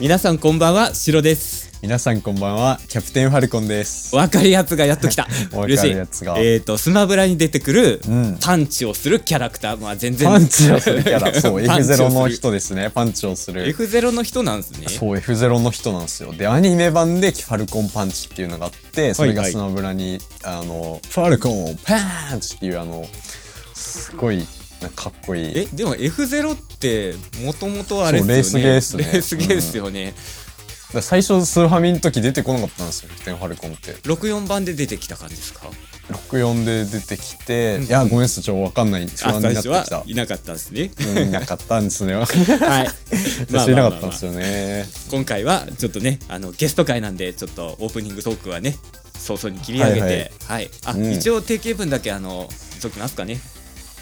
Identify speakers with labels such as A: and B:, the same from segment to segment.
A: 皆さんこんばんは、シロです。
B: 皆さんこんばんはキャプテンファルコ ンです。
A: 若いやつがやっと来た
B: 若い
A: 嬉しい。
B: やつが
A: えっ、と、スマブラに出てくる、
B: ん
A: パンチをするキャラクター。まあ、全然。
B: パンチをするキャラ そう
A: パンチをする
B: F0 の。人ですねパンチをする
A: F0 の人なんですね。
B: そう F0 の人なんですよでアニメ版でファルコンパンチっていうのがあってそれが
A: はい
B: スマブラに、あのファルコンパンチっていうあのすごいなんかかっこいい
A: え、でも F0 って、もともとあれですよね。
B: そうレースゲーっすね
A: レースゲーですよね。
B: だ最初スーファミの時出てこなかったんですよキャプテンファルコンって
A: 64番で出てきた感じですか
B: 64で出てきて、
A: うん
B: いやごめんなさいちょっとわかんない不
A: あ
B: 安に
A: 最
B: なって
A: 初
B: きた
A: は、 いなかったんですね。
B: うん、なかったんで すね
A: はい。
B: 私いなかったんですよね
A: 今回はちょっとねあのゲスト会なんでちょっとオープニングトークはね早々に切り上げて
B: は
A: はいい、
B: はい
A: あ、
B: うん
A: 一応定型文だけあの言っときますかね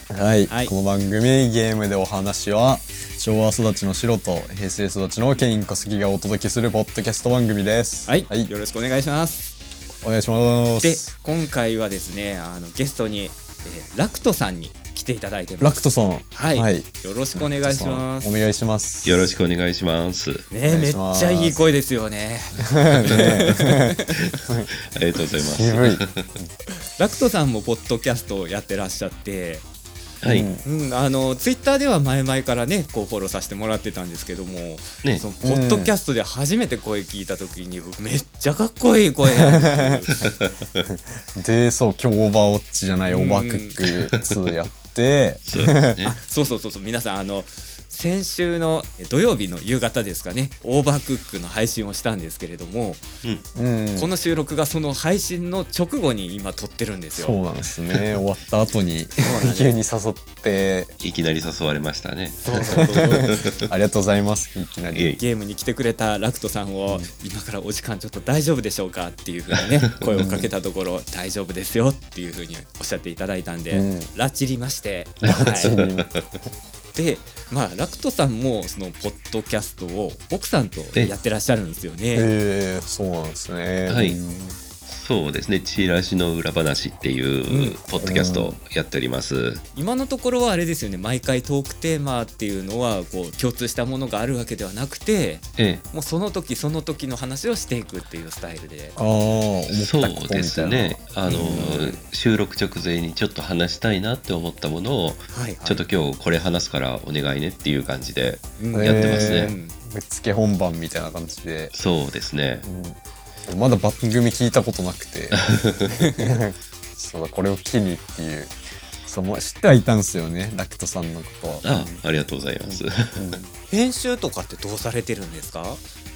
B: はい、
A: はい
B: この番組ゲームでお話は昭和育ちの白と平成育ちのケイン小杉がお届けするポッドキャスト番組です
A: はい、よろしくお願いします
B: お願いしま
A: です今回はですねあのゲストに、えー、ラクトさんに来ていただいてま
B: ラ
A: す
B: クトさん
A: はい、
B: はい
A: よろしくお願いします
B: お願いします
C: よろしくお願いします。
A: ね
B: お願
A: めっ
B: いします
A: ちゃいい声ですよね
C: ありがとうございます。
B: 渋い
A: ラクトさんもポッドキャストをやってらっしゃって
C: はい。
B: うん
A: うん、あのツイッターでは前々からねこうフォローさせてもらってたんですけども、
C: ね
A: そのポッドキャストで初めて声聞いた時に、めっちゃかっこいい声
B: でそう今日オーバーウォッチじゃないオーバークック2やって
C: そうね
A: そうそうそうそう皆さんあの先週の土曜日の夕方ですかねオーバークックの配信をしたんですけれども、
B: うん
A: この収録がその配信の直後に今撮ってるんですよ
B: そうなんで すね終わった後
A: う
B: に
A: なんです
B: 急に誘って
C: いきなり誘われましたね。
A: そうそう そう
B: ありがとうございますいきない
C: えい
B: り
C: え
A: ゲームに来てくれたラクトさんを、今からお時間ちょっと大丈夫でしょうかっていうふうにね声をかけたところ大丈夫ですよっていうふうにおっしゃっていただいたんで、
B: うん
A: 拉致りまして、
B: 急
A: は
B: に
A: い、でまあラクトさんもそのポッドキャストを奥さんとやってらっしゃるんですよね。
B: えー、そうなんですね
C: はい
B: うん
C: そうですね。チラシの裏話っていううポッドキャストをやっております。
A: 今のところはあれですよね毎回トークテーマっていうのはこう共通したものがあるわけではなくて
C: え
A: もうその時その時の話をしていくっていうスタイルで。
B: ああ、思
C: え、
B: った
C: そ
B: ことみたいな。
C: うですね。あの、収録直前にちょっと話したいなって思ったものを、
A: はいはい
C: ちょっと今日これ話すからお願いねっていう感じで、
A: うん
C: やってますね
A: うん
B: ぶっつけ本番みたいな感じで。
C: そうですね。
B: うん、まだ番組聞いたことなく て。そうだ、これを機にっていう。そう、もう知ってはいたんですよね、ラクトさんのことは。
C: あ、ありがとうございます。
B: うん
A: 編集とかってどうされてるんですか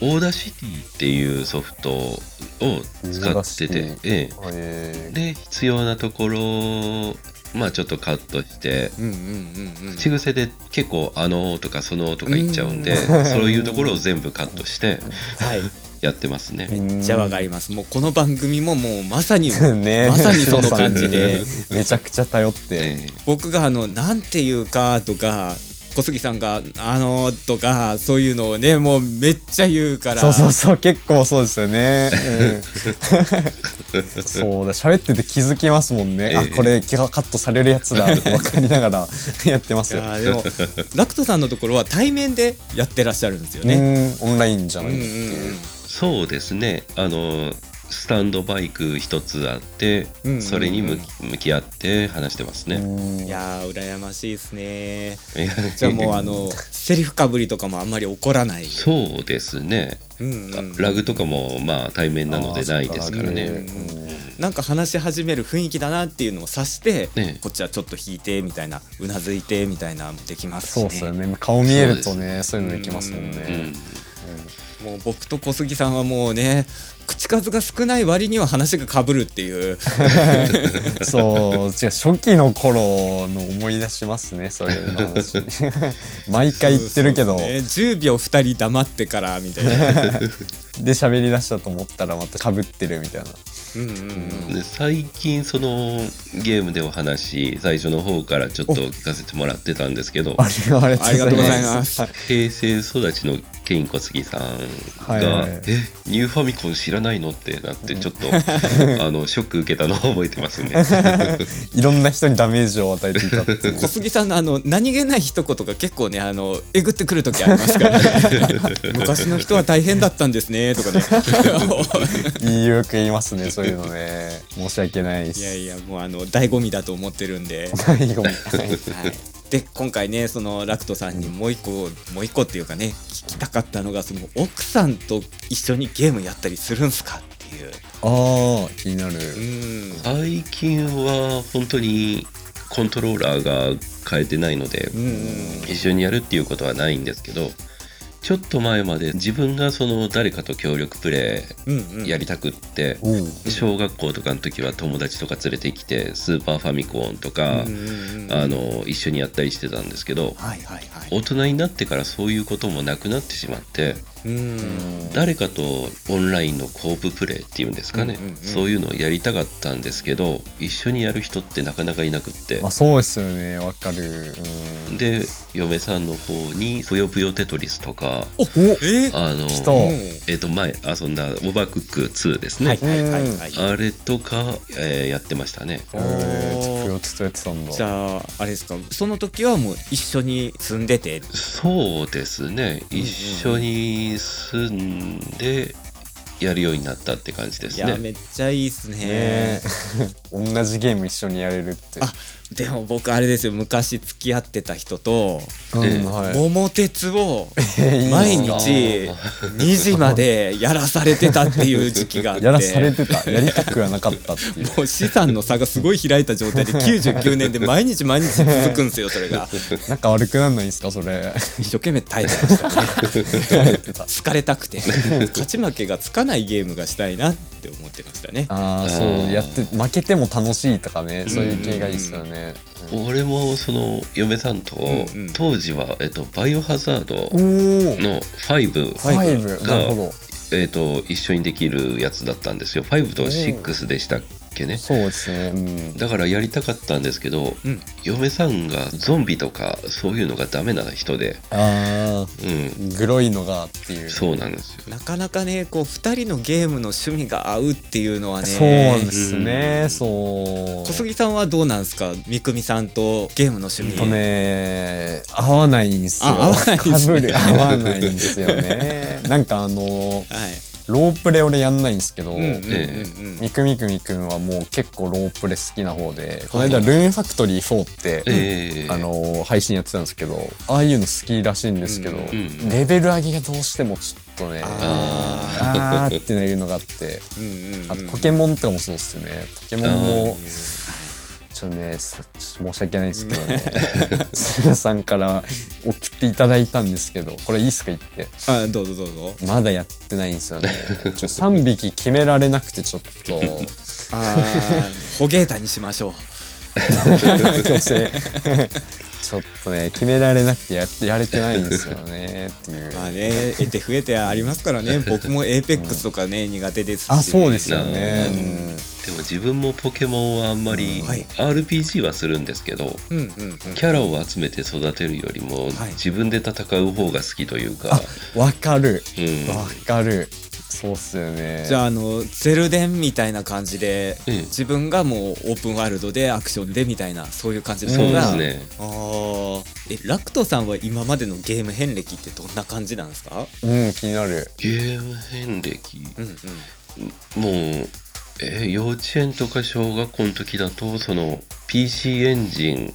C: オーダーシティっていうソフトを使って
B: オーダ
C: て
B: ーシ、
C: ええ、
B: えー
C: で必要なところをまあちょっとカットして
A: うんうんうんうん
C: 口癖で結構「あのー」とか「そのー」とか言っちゃうんで
B: うん
C: そういうところを全部カットして
A: はい
C: やってますね。
A: めっちゃわかりますもうこの番組ももうまさに
B: ね
A: まさにその感じで
B: ラクトさんにめちゃくちゃ頼って。
C: え
A: 僕があの「なんていうか」とか小杉さんが「あのー」とかそういうのをねもうめっちゃ言うから
B: そうそうそう、結構そうですよね。うんそうだ、喋ってて気づきますもんね。あ、
C: ええ
B: これカットされるやつだ、と分かりながら やってますよ。
A: やーでもラクトさんのところは対面でやってらっしゃるんですよね。
B: うんオンラインじゃ
A: う
B: なん
A: う
B: い、
A: んうん
C: そうですねあのースタンドバイク一つあって
A: うんうんうん
C: それに向き向き合って話してますね。
B: うん
A: いやー羨ましいです ね。
C: いや
A: じゃあもうあのセリフかぶりとかもあんまり怒らない。
C: そうですね
A: うんうん
C: ラグとかもまあ対面なのでないですから
B: あ
C: ね。
B: ーそっか
A: なんか話し始める雰囲気だなっていうのを察して、
C: ね
A: こっちはちょっと引いてみたいなうなずいてみたいなのもできますし、
B: そう
A: ね、
B: っすよね顔見えるとねそういうのできますもん
C: う
B: ね
C: ん、
A: もう僕と小杉さんはもうね口数が少ない割には話がかぶるっていう
B: そう違う初期の頃の思い出しますねそういうの話 毎回 言ってるけど
A: そうで
B: で
A: すね10秒2人黙ってからみたいな
B: 喋り出したと思ったらまたかぶってるみたいな
A: うんうんうん
C: で最近そのゲームでお話最初の方からちょっと聞かせてもらってたんですけど
B: あれありが
A: ありがと
B: とう
A: うご
B: ござ
A: ざ
B: い
A: い
B: ま
A: ますす
C: 平成育ちのケイン小杉さんが、
B: はいはい
C: えニューファミコン知らないのってなってちょっと、あのショック受けたのを覚えてますね。
B: いろんな人にダメージを与えていたっていう
A: 小杉さんのあの何気ない一言が結構ねあのえぐってくる時ありますから、ね、 昔の人は大変だったんですねとかね
B: よく言いますねそういうのね申し訳ない
A: い
B: し
A: や いやもうあの醍醐味だと思ってるんで。
B: 最後もはい
A: はい、で今回ねそのラクトさんにもう一個、もう一個っていうかね聞きたかったのがその奥さんと一緒にゲームやったりするんすかっていう
B: ああ気になる
A: うん
C: 最近は本当にコントローラーが変えてないので、
A: うん
C: 一緒にやるっていうことはないんですけどちょっと前まで自分がその誰かと協力プレ
A: うんうん
C: イやりたくって、
B: おう
C: 小学校とかの時は友達とか連れてきてスーパーファミコンとか、
A: うんうんうん
C: あの一緒にやったりしてたんですけど
A: はいはいはい
C: 大人になってからそういうこともなくなってしまって
A: うん
C: 誰かとオンラインのコーププレイっていうんですかね、
A: うんうんうん
C: そういうのをやりたかったんですけど一緒にやる人ってなかなかいなくって
B: まあそうですよねわかるうん
C: で嫁さんの方に「ぷよぷよテトリス」とか
A: おえ
C: あの
B: 来た
A: お
C: えっと前遊んだ「オーバークック2」ですね、
A: はいはいはいはい
C: あれとか、えーやってましたね
A: お
B: えー、
A: ー
B: ちょっと不要とやってたんだ
A: じゃああれですかその時はもう一緒に住んでて
C: そうですね
A: んうん
C: 一緒に住んでやるようになったって感じで
A: い
C: す
A: や
C: ね
A: めっちゃいいっすね
B: ね同じゲーム一緒にやれるって
A: あでも僕あれですよ昔付き合ってた人と
B: うん
C: ええ
B: はい
A: 桃鉄を
B: ええいいな
A: 毎
C: あ
A: 日
C: ー
A: 2時までやらされてたっていう時期があって
B: やらされてたやりたくはなかったっていう
A: もう資産の差がすごい開いた状 態で99年で毎日毎日続くんですよそれが
B: 仲悪くなんないんですかそれ
A: 一生懸命耐えてましたね疲れたくて勝ち負けがつかないゲームがしたいなって思ってましたね
B: ああ
C: あ
B: そう
C: ー
B: やって負けても楽しいとかねそういう系がいいですよね
C: 俺もその嫁さんと
A: んうん
C: 当時は、えっと、バイオハザード
B: おお
C: の5
B: ファイブ
C: が
B: なるほど
C: えっと一緒にできるやつだったんですよ5と
B: うん
C: 6でしたっけね
B: そうですねうん
C: だからやりたかったんですけど、
A: うん
C: 嫁さんがゾンビとかそういうのがダメな人で、
B: あ
C: うん、
B: あグロいのがっていう
C: そうなんですよ
A: なかなかねこう2人のゲームの趣味が合うっていうのはね
B: そうです
C: う
B: ね
C: ん
B: そう
A: 小杉さんはどうなんですかみくみさんとゲームの趣味、
B: とね合わないんですよ
A: あ合わないんすね
B: 被る合わないんですよ ねなんかあの
A: はい
B: ロープレ俺やんないんですけど、
A: うんうんうん
C: え
A: うん
B: みくみくみくんはもう結構ロープレ好きな方でこの
A: は
B: 間
A: い
B: ルーンファクトリー4って、
C: ええ
B: あの配信やってたんですけどああいうの好きらしいんですけど、
A: うんうん
B: レベル上げがどうしてもちょっとね
A: あ
B: あーっていうのがあって
A: うんうんうん
B: あとポケモンとかもそうですよねポケモンもちょっとねさちょっと申し訳ないですけどね 鶴さんから送っていただいたんですけどこれいいっすか言って
A: あどうぞどうぞ
B: まだやってないんですよねちょ3匹決められなくてちょっと
A: あーホゲータにしましょう
B: 強制 ちょっとね決められなくてやってやれてないんですよねっていう
A: まあね得て増えてありますから ね僕もエーペックスとかね苦手ですし
B: あそうですよね
C: うでも自分もポケモンはあんまり、
A: うんはい
C: RPG はするんですけど
A: うんうんうん
C: キャラを集めて育てるよりも、
A: はい
C: 自分で戦う方が好きというか
B: あ、わかる
C: うん、
B: わかるそうっすよね
A: じゃああのゼルデンみたいな感じで、
C: ええ
A: 自分がもうオープンワールドでアクションでみたいなそういう感じです
C: そ
A: か
C: うで
A: ら
C: すね
A: あーえラクトさんは今までのゲーム遍歴ってどんな感じなんですか
B: うん気になる
C: ゲーム遍歴
A: うんうん
C: もう、えー幼稚園とか小学校の時だとその PC エンジン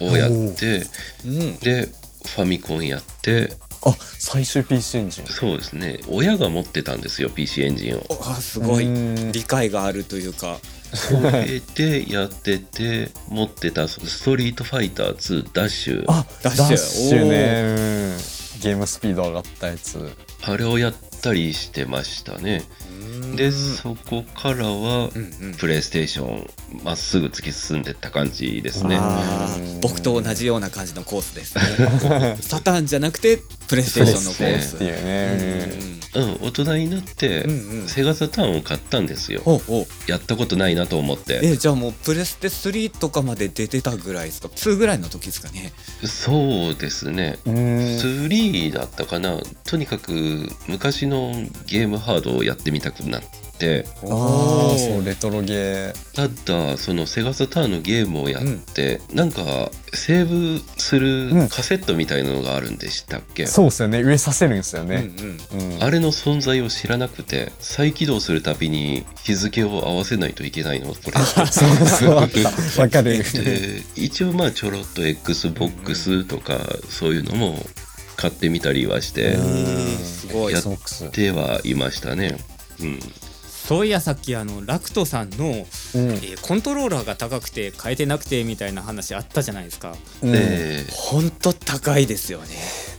C: をやって
A: うん
C: でファミコンやって
B: あ最終 PC エンジン
C: そうですね親が持ってたんですよ PC エンジンを。
A: あーすごい
B: うん
A: 理解があるというか
C: それでやってて持ってた「ストリートファイター2ダッシュ」
B: あ
A: ダ
B: ダ
A: ッ
B: ッ
A: シュ
B: シュねうんゲームスピード上がったやつ
C: あれをやったりしてましたね。
A: うん
C: でそこからは
A: うんうん
C: プレイステーションまっすぐ突き進んでった感じですね。
A: あー僕と同じような感じのコースですね サターンじゃなくてプレイス
B: プ
A: テー
B: レ
A: ションのコ
B: ス
A: ー
B: テ
A: ス
B: っていうね。
C: うん、大人になって、
A: うんうんうん
C: セガサターンを買ったんですよ。
A: ほうほう
C: やったことないなと思って。
A: えじゃあもうプレステ3とかまで出てたぐらいですか2ぐらいの時ですかね
C: そうですね。
B: うん
C: 3だったかな。とにかく昔のゲームハードをやってみたくなって、
B: あ
A: お
B: あ、
A: ー
B: そう、レトロゲー。
C: ただそのセガサターンのゲームをやって、なんかセーブするカセットみたいなのがあるんでしたっけ、
B: そうですよね。植えさせるんですよね。
A: うんうん
B: うん
C: あれの存在を知らなくて再起動するたびに日付を合わせないといけな いのこれ。
B: そうそうあったわか る。
C: で一応まあちょろっと XBOX とかそういうのも買ってみたりはして
B: うん
A: すごい
C: やっ
B: ソックス。
C: ではいましたね。うん、
A: そういやさっきあのラクトさんの、え
B: うん
A: ーコントローラーが高くて変えてなくてみたいな話あったじゃないです か
B: うん
C: で
A: ほんと高いですよね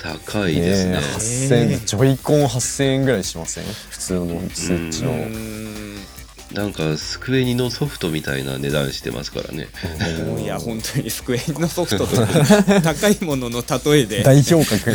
C: 高いです
B: え。
C: ね
B: 8000
A: えー
B: ジョイコン8000円ぐらいしません普通のスイッチの
C: う
A: う
C: ー
B: うん
A: ん
C: なんかスクエニのソフトみたいな値段してますからね。
A: もういや本当にスクエニのソフトとか高いものの例えで
B: 代表格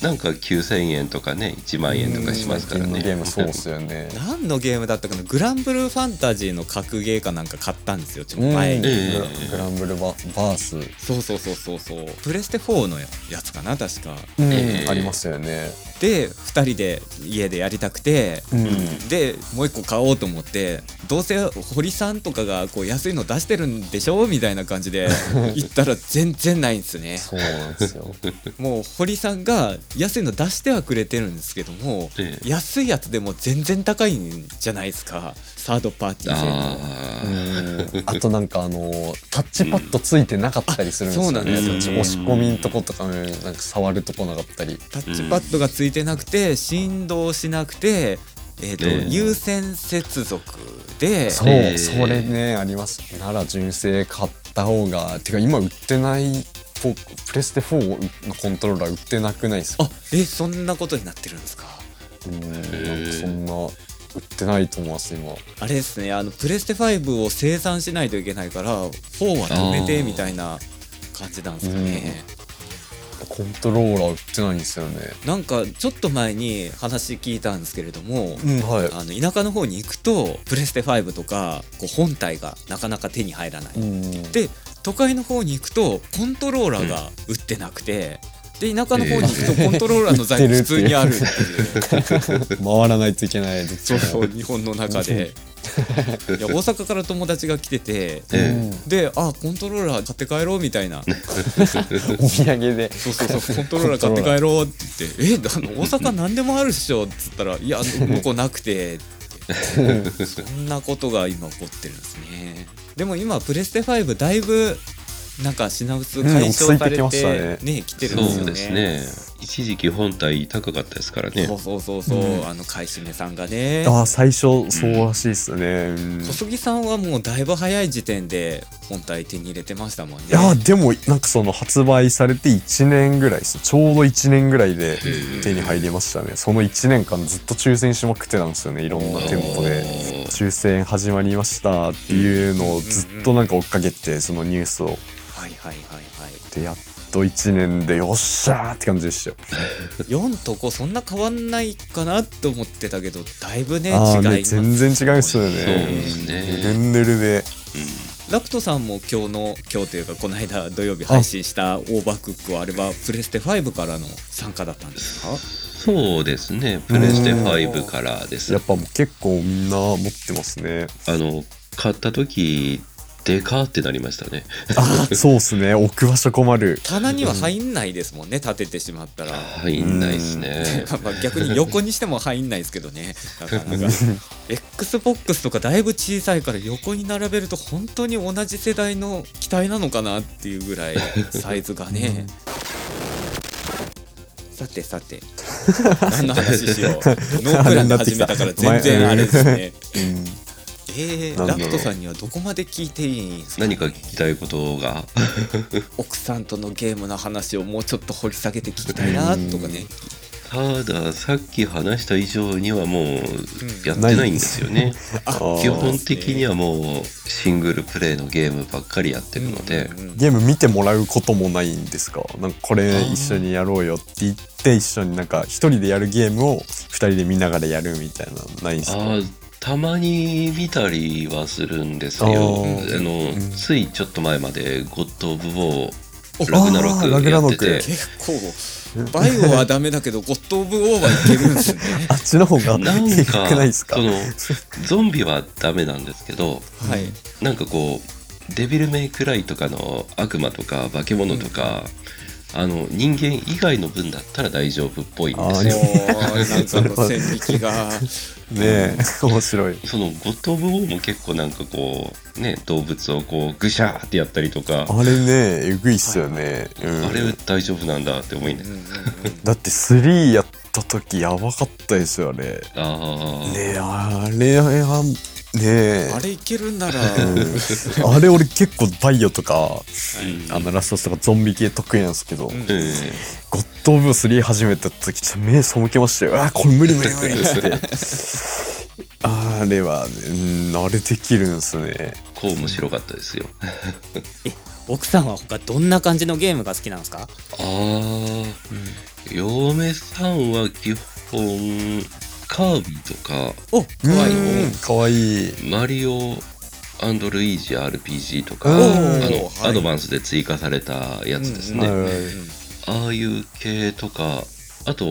C: なんか9000円とかね1万円とかしますからね
B: ゲームそうっすよね
A: 何のゲームだったかなグランブルーファンタジーの格ゲーかなんか買ったんですよちょっと前
B: うん
A: に、
C: え
B: グランブルババース
A: そうそうそうそうそうプレステ4のやつかな確か
B: うん
C: えー
B: ありますよね
A: で2人で家でやりたくて
B: うん
A: でもう一個買おうと思ってどうせ堀さんとかがこう安いの出してるんでしょみたいな感じ で行ったら全然ないんですね
B: そうなんですよ
A: もう堀さんが安いの出してはくれてるんですけども
C: ええ
A: 安いやつでも全然高いんじゃないですかサードパーティー製の
C: あ
B: う
C: ー
B: んあとなんかあのタッチパッドついてなかったりするんですよ
A: うんあそう
B: ね
C: なんですよね
B: 押し込みんとことかねなんか触るとこなかったり
A: タッチパッドがついてなくて振動しなくてえーと
C: ええ
A: 有線接続で
B: そう、
C: えー
B: それねありますなら純正買った方がてか今売ってないポプレステ4のコントローラー売ってなくないですか
A: あえそんなことになってるんですか
B: うんなんかそんな売ってないと思います今
A: あれですねあのプレステ5を生産しないといけないから4は止めてみたいな感じなんですかね、
B: コントローラー売ってないんですよね
A: なんかちょっと前に話聞いたんですけれども、
B: うんはい
A: あの田舎の方に行くとプレステ5とかこう本体がなかなか手に入らない、
B: うん
A: で都会の方に行くとコントローラーが売ってなくて、で田舎の方に行くとコントローラーの在庫普通にあるっていう。
B: 回らないといけないどっち
A: そう
B: も
A: そう日本の中でいや大阪から友達が来てて
B: う
C: え
B: ん
A: であコントローラー買って帰ろうみたいな
B: お土産で
A: そうそうそうコントローラー買って帰ろうって言って「えあの大阪何でもあるっしょ」っつったら「いや向こうなくて」ってそんなことが今起こってるんですねでも今プレステ5だいぶなんか品薄解消され
B: うん落ち着いてきま
A: て
B: した
A: ね来てるんです
C: そ
A: よ
C: う
A: ね
C: ですね。一時期本体高かったですからね
A: そ。うそうそうそう、
B: うん
A: あの買い占めさんがね
B: ああ最初そうらしいっすね、うん
A: 小杉さんはもうだいぶ早い時点で本体手に入れてましたもんね
B: いやーでもなんかその発売されて1年ぐらいですちょうど1年ぐらいで手に入りましたねその1年間ずっと抽選しまくってたんですよねいろんな店舗で
C: おー
B: 抽選始まりましたっていうのをずっとなんか追っかけてそのニュースを
A: はいはいはいはい
B: でやっと1年でよっしゃーって感じでしたよ
A: 4と5そんな変わんないかなと思ってたけどだいぶね違い
B: ああ
A: ま
B: ね
A: す
B: 全然違いますよ
C: そうで
B: ね
C: す
B: ヌ
C: ね。
B: ンヌルで
A: ラクトさんも今日の今日というかこの間土曜日配信したオーバークックはあれはプレステ5からの参加だったんですか
C: そうですね。プレステ5からです
B: や。っぱもう結構みんな持ってますね
C: あの買った時でかってなりましたね。
B: ああそうっすね置く場所困る
A: 棚には入んないですもんね立ててしまったら
C: 入んないですね。
A: まあ逆に横にしても入んないですけどねなかなか XBOX とかだいぶ小さいから横に並べると本当に同じ世代の機体なのかなっていうぐらいサイズがねさてさて何の話しようノープランで始めたから全然あれですね
B: うん
A: え
B: な
A: ー、
B: んだ
A: ラ
B: ろ
A: ク
B: う
A: トさんにはどこまで聞いていいんですか、
C: 何か聞きたいことが
A: 奥さんとのゲームの話をもうちょっと掘り下げて聞きたいなとかね
C: たださっき話した以上にはもうやってないんですよね、
B: あ
C: 基
B: ー
C: 本的にはもうシングルプレイのゲームばっかりやってるので、
A: うんうんうん
B: ゲーム見てもらうこともないんですかなんかこれ一緒にやろうよって言って一緒になんか一人でやるゲームを二人で見ながらやるみたいなのないんですか
C: あーたまに見たりはするんですよ
B: あ
C: あ
B: ー
C: の、
B: うん
C: ついちょっと前まで「ゴッド・オブ・ウォー」
A: お
C: ラグナロ
B: あーラグ
C: ク
B: ナ
C: や
B: ロ
C: っ
B: ク
C: てて
A: 結構バイオはダメだけどゴッド・オブ・オーバーいけるんですね
B: あっちの方が
C: な ん
B: 低く
C: か
B: ないですか
C: そのゾンビはダメなんですけど
A: はい
C: なんかこう「デビル・メイク・ライ」とかの悪魔とか化け物とか、あの人間以外の分だったら大丈夫っぽいんで
B: あ
C: す
B: ー
C: よ。
A: おーなんかあの線引きが
B: ねえ面白い。
C: そのゴッド・オブ・ウォーも結構なんかこうね動物をこうグシャーってやったりとか
B: あれねえぐいっすよね。うん、
C: あれ大丈夫なんだって思いな
A: う
C: が
A: んうん
C: ら
A: うん
B: だって3やった時やばかったですよあれ。
C: あー
B: ねえあれはねえ
A: あれいけるんなら
B: うんあれ俺結構バイオとかあのラストスとかゾンビ系得意なんですけど、
A: うん
C: うん
B: ゴッド・オブ・3始めた時ちょっと目背けましたよあーこれ無理無理無理ってあれはねうんあれできるんですね
C: こう面白かったですよ
D: 奥さんは他どんな感じのゲームが好きなんですか
C: ああ、嫁さんは基本カービィとか
A: お
B: うん
A: 怖い
B: うんかわいい
C: マリオルイージ RPG と
B: う
C: かあ
B: ん
C: の、
A: はい
C: アドバンスで追加されたやつですね、
B: うんうん
A: はい
C: ああいう系とかあと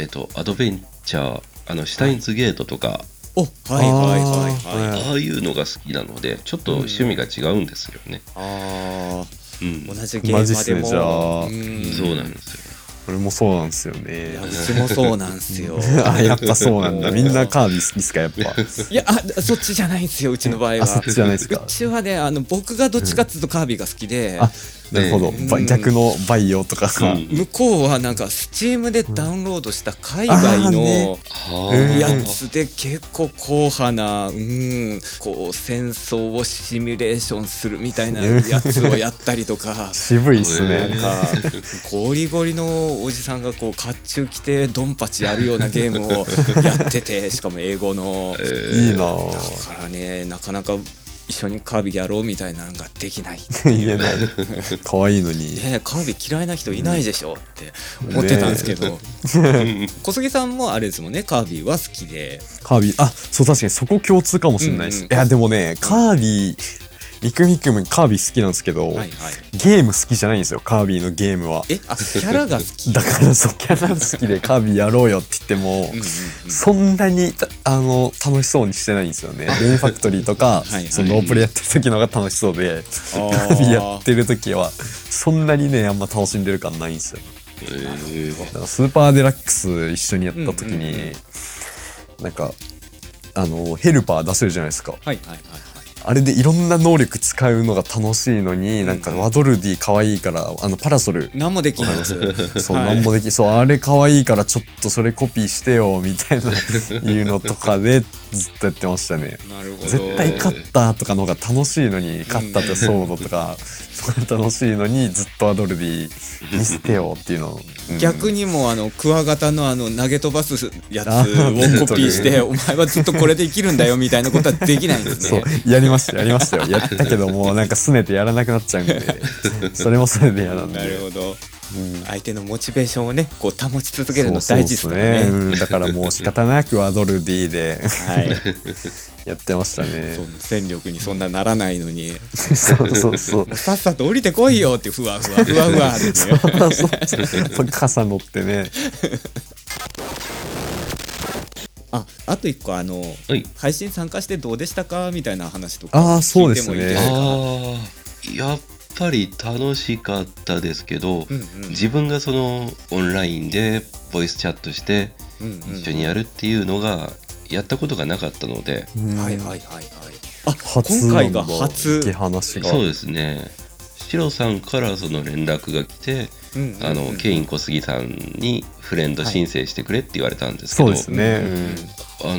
C: えっとアドベンチャーあのシュタインズゲートとか、
A: おはいはいはいはい
B: あー
C: ああいうのが好きなのでちょっと趣味が違うんですよね、
A: あー
C: うん
A: 同じゲーム
B: 同じっ
A: です
B: ね
A: も
B: じゃあ
A: ん
C: そうなんですよ
B: 俺もそうなんですよ
A: い
B: ね
A: やうちもそうなんす よ
B: あやっぱそうなんだみんなカービィ好きっすかやっぱ
A: いやあそっちじゃないんですようちの場合
B: あそっ
A: は
B: ちじゃないですか
A: うちはねあの僕がどっちかっつうとカービィが好きで、
B: あなるほど、
A: うん
B: ば逆のバイオとかさ、
C: うん
A: 向こうはなんかスチームでダウンロードした海外
B: あー
A: の
B: ね
C: は
B: うん
A: やつで結構硬派な、うん、こう戦争をシミュレーションするみたいなやつをやったりと か
B: 渋いっすね、
C: え
A: なんかゴリゴリのおじさんがこう甲冑着てドンパチやるようなゲームをやっててしかも英語の。
B: いいなぁ
A: だからねなかなか一緒にカービィやろうみたいなのができない。
B: 言えない可愛いのに
A: ねえカービィ嫌いな人いないでしょって思ってたんですけど、小杉さんもあれですもんねカービィは好きで
B: カービィあそう確かにそこ共通かもしれないです、
A: うんうん
B: いやでもねカービィミクミクもカービィ好きなんですけど、
A: はいはい
B: ゲーム好きじゃないんですよカービィのゲームは
A: えあキャラが好き
B: だからそうキャラ好きでカービィやろうよって言っても、
A: うんうんうん
B: そんなにたあの楽しそうにしてないんですよね。レインファクトリーとか
A: はいはい
B: そのロープレイやってる時の方が楽しそうでカービィやってる時はそんなにねあんま楽しんでる感ないんですよね。
C: えー
B: だからスーパーデラックス一緒にやった時に、
A: うんうん
B: なんかあのヘルパー出せるじゃないですか
A: はいはいはいはい
B: あれでいろんな能力使うのが楽しいのに、なんかワドルディ可愛いからあのパラソル
A: 何もできないです
B: そう、
A: はい
B: なんもできそうあれ可愛いからちょっとそれコピーしてよみたいないうのとかでずっとやってましたね
A: なるほど
B: 絶対勝ったとかの方が楽しいのに勝ったってそうのとか、楽しいのにずっとワドルディ見せてよっていうの、うん
A: 逆にもあのクワガタのあの投げ飛ばすやつ
B: あー
A: をコピーしてお前はずっとこれで生きるんだよみたいなことはできないんです
B: そう
A: ね、
B: やりました、やりましたよ。やったけど、もうなんか拗ねてやらなくなっちゃうんで、それもそれで嫌なんで。
A: なるほど
B: うん
A: 相手のモチベーションをねこう保ち続けるの大事です
B: そ
A: か
B: う
A: らね
B: そうっすねうんだからもう仕方なくアドルディで
A: はい
B: やってましたね
A: そ。の戦力にそんなならないのに
B: そうそうそう。
A: さっさと降りてこいよってふわふ わふわふわってね
B: そうそうそう。傘乗ってね。
A: ああと一個あの
C: はい
A: 配信参加してどうでしたかみたいな話とか
B: ああ、そうです
A: 聞いてもいいで
B: ね
A: す。か
C: あーやっぱり楽しかったですけど、
A: うんうん
C: 自分がそのオンラインでボイスチャットして
A: うんうん
C: 一緒にやるっていうのがやったことがなかったので、
B: うん
A: はいはいはいはいあ
B: 初
A: 今
B: なんだ
A: 回が初
B: 受け話が。
C: そうですねシロさんからその連絡が来て、
A: うんうんうん
C: あのケイン小杉さんにフレンド申請してくれって言われたんですけ
B: そ
C: ど、
B: うですね。
C: あの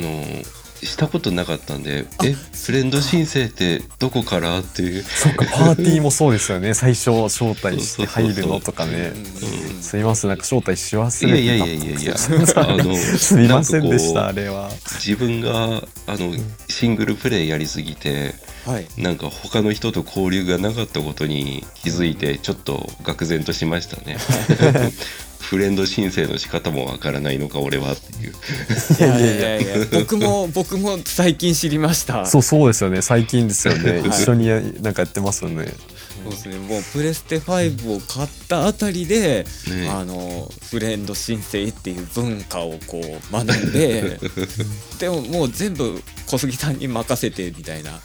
C: したことなかったんで「えフレンド申請ってどこから?」っていう
B: そっかパーティーもそうですよね最初招待して入るのとかね
A: うん
B: すいませんなんか招待し忘
C: いや
B: れ
C: いやい
B: てた
C: やいやいや
B: あのすみませんでした
C: な
B: あ
C: かこ
B: れは
C: う自分があのシングルプレイやりすぎて
A: はい
C: なんか他の人と交流がなかったことに気づいてちょっと愕然としました ねフレンド申請の仕方もわからないのか俺はっていう
A: いやいやいやい や僕も僕も最近知りました
B: そうそうですよね最近ですよね
A: はい
B: 一緒にやなんかやってますよね
A: そうですねもうプレステ5を買ったあたりで、
C: ね
A: あのフレンド申請っていう文化をこう学んででももう全部小杉さんに任せてみたいな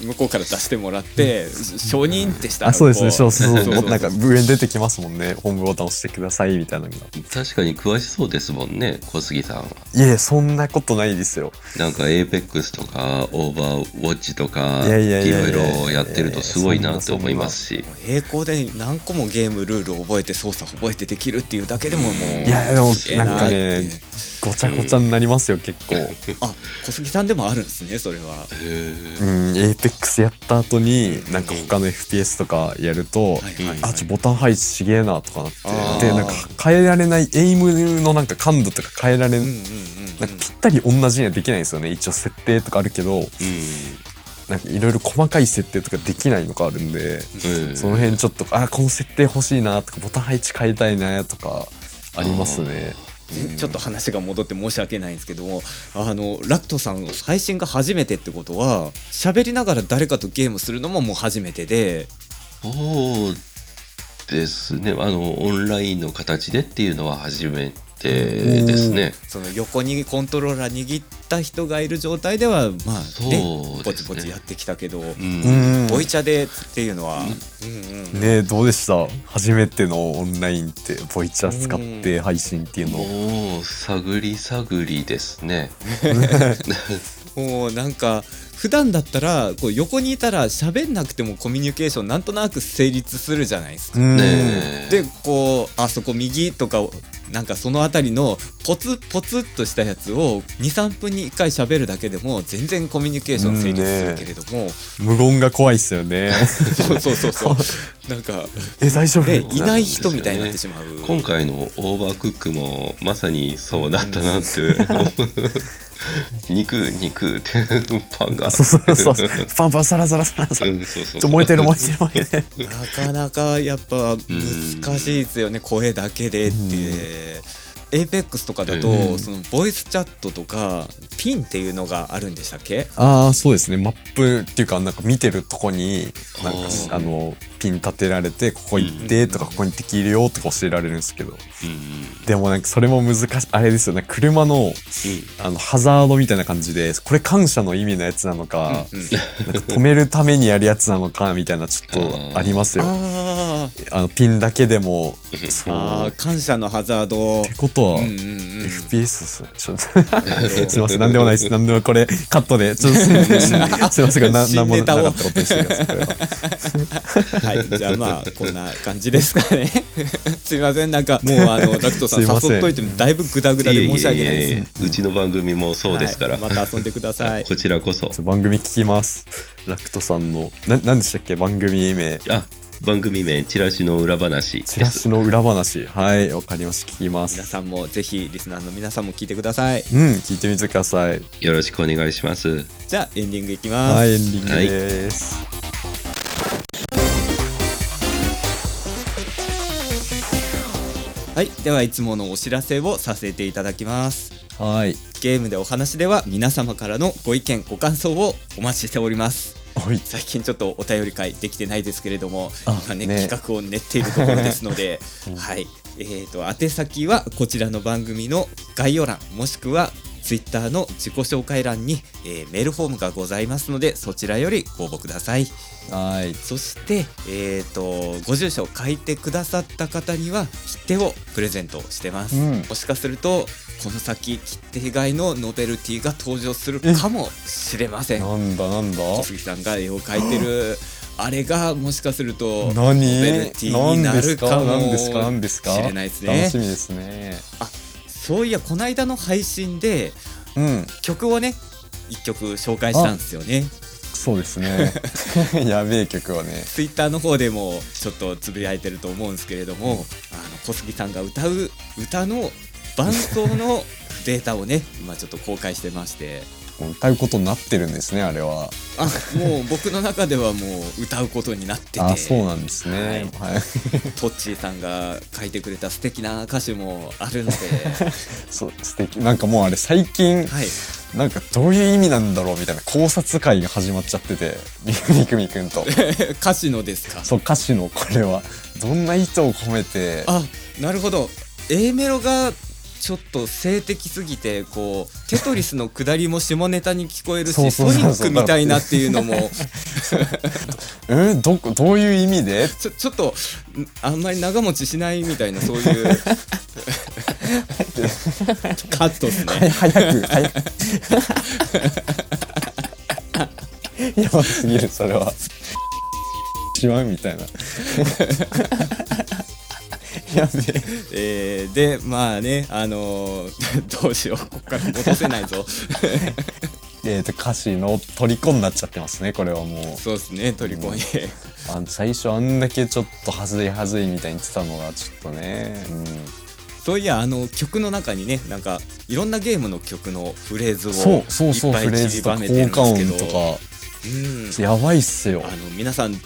A: 向こうから出してもらって承認ってしたら
B: あそうですね
A: こ
B: そうそう
A: そ
B: そうう
A: そう
B: なんか上に出てきますもんねホームボタン押してくださいみたいなのが
C: 確かに詳しそうですもんね小杉さんはい
B: えそんなことないですよ
C: なんか APEX とか Overwatch とか
B: いやいやい
C: い
B: や
C: ろ
B: いや
C: いろやってるとすごいなって思いますし
A: 並行で何個もゲームルール覚えて操作覚えてできるっていうだけでももう
B: いやでも
A: え
B: なんかね
A: 偉いって
B: ごちゃごちゃになりますよ結構
A: あ小杉さんでもあるんですねそれは
C: へー
B: うん、エーペックスやった後になんか他の FPS とかやると、
A: はいはいはい
B: あちょボタン配置ちげえなとかな
A: あ
B: っ
A: ー
B: てでなんか変えられないエイムのなんか感度とか変えられ、
A: うんうん
B: なん
A: うん
B: かぴったり同じにはできないんですよね一応設定とかあるけど
C: う
B: なんかいろいろ細かい設定とかできないのがあるんで、
C: んうん
B: その辺ちょっとあこの設定欲しいなとかボタン配置変えたいなとかありますね。
A: うん ちょっと話が戻って申し訳ないんですけどもあのラクトさんの配信が初めてってことは喋りながら誰かとゲームするのももう初めてで
C: そうですねあのオンラインの形でっていうのは初めてですね
A: その横にコントローラー握った人がいる状態ではまあ
C: そう
A: ねぼ
C: で
A: ち
C: す
A: ぼ
C: ね
A: ちやってきたけど、
C: うん
B: うん
A: ボイチャでっていうのは、うんうん
B: ねえどうでした初めてのオンラインってボイチャ使って配信っていうの。
C: もう探り探りですね
A: もうなんか普段だったらこう横にいたら喋んなくてもコミュニケーションなんとなく成立するじゃないですか。
B: うん
C: ね
A: でこうあそこ右とかなんかその辺りのポツポツっとしたやつを23分に1回喋るだけでも全然コミュニケーション成立するけれども、
B: 無言が怖いっすよね。
A: そうそうそうそうなんか、
B: え、大丈夫
A: ね、いない人みたいになってしまう。
C: 今回のオーバークックもまさにそうなったなって肉肉ってパンが
B: あそうそうそうそう。パンパンサラサラサラサラ。
C: うんそうそう
B: ちょ、燃えてる燃えてる燃えてる。
A: なかなかやっぱ難しいですよね、声だけでって。APEX とかだと、
C: うん
A: そのボイスチャットとかピンっていうのがあるんでしたっけ
B: ああ、そうですね。マップっていうか、なんか見てるとこに、なんか
C: あー
B: あの、ピン立てられて、ここ行ってとか、ここに敵いるよとか教えられるんですけど。
C: うんうん
B: でもなんかそれも難しい、あれですよね。車の、あの、ハザードみたいな感じで、これ感謝の意味のやつなのか、
A: うん
B: なんか止めるためにやるやつなのか、みたいな、ちょっとありますよ。
A: あー
B: あの、ピンだけでも、そう。
A: あー感謝のハザード
B: ってことは、
A: うんうんうん
B: FPS ですねちょっとすいません何でもないです何でもこれカットで ちょっとすいませんがな
A: 新
B: 何も
A: ネ
B: な
A: タを
B: かったことにしてくださいこれは
A: はい、じゃあまあこんな感じですか ね。すいません、なんかもうあのラクトさん
B: すいません
A: 誘っといてもだいぶグダグダで申し訳ないです。
C: すうちの番組もそうですか
A: は
C: ら、
A: いまた遊んでください。
C: こちらこそ
B: ちょっと番組聞きますラクトさんのな何でしたっけ番組名
C: あ番組名チラシの裏話
B: チ
C: で
B: ラ
C: す
B: シの裏話はいわかりました聞きま
A: 皆
B: す
A: さんもぜひリスナーの皆さんも聞いてください。
B: うん聞いてみてください
C: よろしくお願いします
A: じゃあエンディングいきます。
B: はいエンディングです、
A: はい、ではいつものお知らせをさせていただきます。
B: はい
A: ゲームでお話では皆様からのご意見ご感想をお待ちしております。
B: はい
A: 最近ちょっとお便り会できてないですけれども
B: あ
A: 今ね
B: ね
A: 企画を練っているところですの で、はいえー、と宛先はこちらの番組の概要欄もしくはツイッターの自己紹介欄に、えーメールフォームがございますのでそちらよりご応募ください
B: はい
A: そして、えー、とご住所を書いてくださった方には切手をプレゼントしてます、
B: うん
A: もしかするとこの先切手以外のノベルティが登場するかもしれません
B: なんだなんだ
A: 小杉さんが絵を描いてるあれがもしかすると
B: 何何
A: ノベルティにな
B: で
A: る
B: す
A: か
B: か
A: も
B: 何ですか何ですか
A: しれないです
B: 楽
A: ね
B: しみですね
A: そういやこの間の配信で
B: うん、
A: 曲をね一曲紹介したんですよね
B: そうですね。 やべえ曲はね。
A: ツイッターの方でもちょっとつぶやいてると思うんですけれども、あの小杉さんが歌う歌の伴奏の データをね今ちょっと公開してまして
B: もう歌うことになってるんですね、あれは。
A: あもう僕の中ではもう歌うことになってて
B: あ、そうなんですね。はい。
A: トッチーさんが書いてくれた素敵な歌詞もあるの で、
B: そう、素敵。なんかもうあれ最近、
A: はい、
B: なんかどういう意味なんだろうみたいな考察会が始まっちゃってて、みくみくん と。
A: 歌詞のですか
B: そう、歌詞のこれは。どんな意図を込めて、
A: あなるほど A メロがちょっと性的すぎてこうテトリスの下りも下ネタに聞こえる
B: そう
A: し
B: そ
A: ソ
B: うそう
A: ニックみたいなっていうのも
B: うんどこ、どういう意味で
A: ちょちょっとんあんまり長持ちしないみたいな そういうカットです
B: はい
A: ね。
B: 早く、早く。 やばすぎる、それは。しまうみたいな。やべえ。
A: えーでまあねあのーどうしようここから戻せないぞ
B: えー、と歌詞の虜になっちゃってますねこれはもう
A: そうですねトリコに。
B: あ最初あんだけちょっとはずいはずいみたいに言ってたのがちょっとね、
A: そういやあの曲の中にねなんかいろんなゲームの曲のフレーズ
B: う
A: を
B: ん、
A: い
B: そうそうそう
A: っぱい
B: フレー
A: 散り
B: ズと
A: ば
B: か
A: め
B: 効
A: てるん
B: 果
A: ですけ
B: 音
A: ど
B: とか
A: うん
B: やばいっすよ
A: あの皆さんど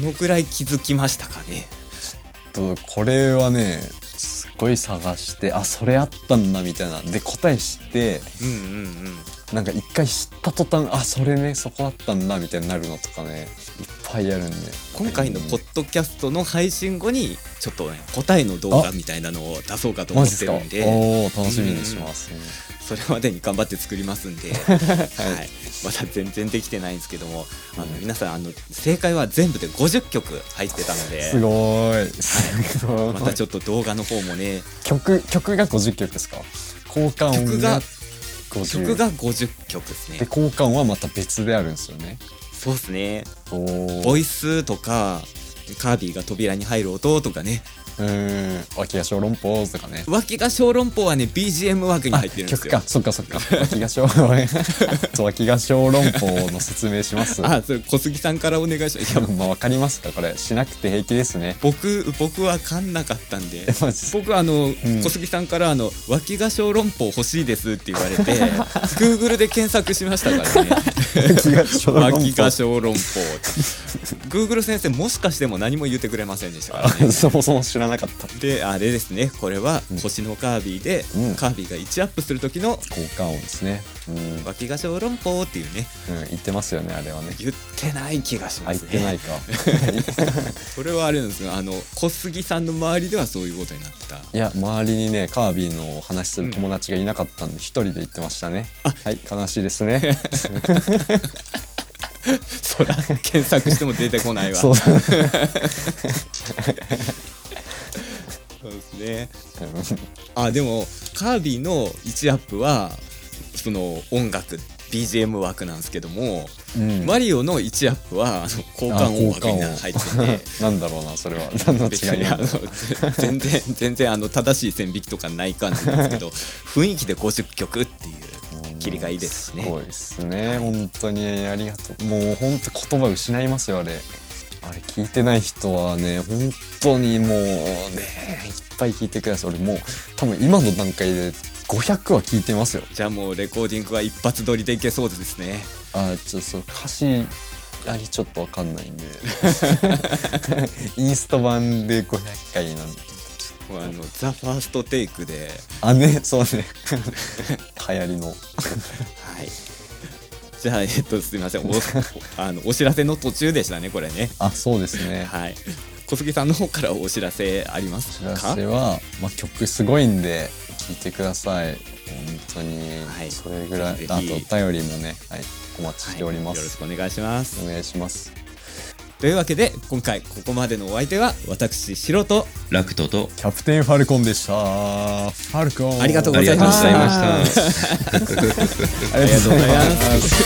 A: のくらい気づきましたかね
B: ちょっとこれはねすっごい探してあそれあったんだみたいなで答え知って
A: うんうんうん
B: なんか一回知った途端あそれねそこだったんだみたいになるのとかねいっぱいあるんで
A: 今回のポ
B: こ
A: ッドキャストの配信後にちょっとね答えの動画みたいなのを出そうかと思
B: マ
A: っ
B: ジです
A: て
B: か
A: る
B: お
A: んで
B: おー楽しみにします、ね
A: それまでに頑張って作りますん で、はい、まだ全然できてないんですけどもあの皆さんあの正解は全部で50曲入ってたの
B: す
A: で
B: ごーいすごい
A: またちょっと動画の方もね
B: 曲曲が50曲ですか交換音
A: 曲が
B: が50
A: 曲が50曲です
B: で
A: ね
B: 交換音はまた別であるんですよね
A: そうですね
B: お
A: ボ
B: ー
A: イスとかカービィが扉に入る音とかね
B: うーん脇が小籠包とかね
A: 脇が小籠包はね BGM 枠に入ってるんです
B: 曲
A: よ
B: か。そっかそっか脇が小 脇が小籠包の説明します
A: あそれ小杉さんからお願いします。いや
B: まあわかりますかこれしなくて平気ですね
A: 僕僕はかんなかったんで
B: え。マジっすか
A: 僕あの、小杉さんからあの脇が小籠包欲しいですって言われ て Google で検索しましたからね
B: 脇が 小籠包
A: 脇が小籠包 Google 先生もしかしても何も言ってくれませんでしたからね
B: そもそも知らなかった
A: であれですねこれは星のカービィで、
B: うん
A: カービィが1アップする時の
B: 交換音ですねうん、うん、
A: 脇が小籠包っていうね
B: 言ってますよねあれはね
A: 言ってない気がしま
B: あ言っ
A: すね
B: てないか
A: それはあれなんですがあの小杉さんの周りではそういうことになってた
B: いや周りにねカービィのお話しする友達がいなかったんで一、人で行ってましたねはい悲しいですね
A: そら検索しても出てこないわ
B: そう
A: そうですねあでもカービィの1アップはその音楽 BGM 枠なんですけども、
B: うん
A: マリオの1アップはあの交
B: あ
A: 換音枠に
B: 交
A: 入ってて。
B: なんだろうなそれは何の
A: 別
B: 違い
A: に
B: な
A: あ
B: ん
A: の
B: だ
A: ぜ全然全然あの正しい線引きとかない感じなんですけ ど雰囲気で50曲っていう切りがいいですね
B: すごいですね本当にありがとうもう本当言葉失いますよあれあれ聞いてない人はね本当にもうねいっぱい聞いてください俺もう多分今の段階で500は聞いてますよ
A: じゃあもうレコーディングは一発撮りでいけそうですね
B: あちょっとそう歌詞ありちょっとわかんないんで インスタ版で500回なんで
A: もうあのザ・ファーストテイクで
B: あねそうね 流行りの
A: はい。 じゃあ、えっと、すみません。おあのお知らせの途中でしたね、これね。
B: あそうですね
A: はい。小杉さんの方からお知らせありま
B: お
A: す
B: 知
A: から
B: せは、まあ、曲すごいんで聴いてください本当に、
A: はい
B: それぐらい
A: ぜひ
B: あとお便りもね、はい、お待ちしておりま
A: はいよろし
B: す、
A: くお願いします。
B: お願いします
A: というわけで、今回ここまでのお相手は、私、シロと、
C: ラクトと
B: キャプテンファルコンでしたファルコン
A: ありがとう
C: あ
A: ご
C: り
A: ざ
C: が
A: い
C: とう
A: ま
C: ご
A: した
C: ざいました。
B: ありがとうございます
A: す。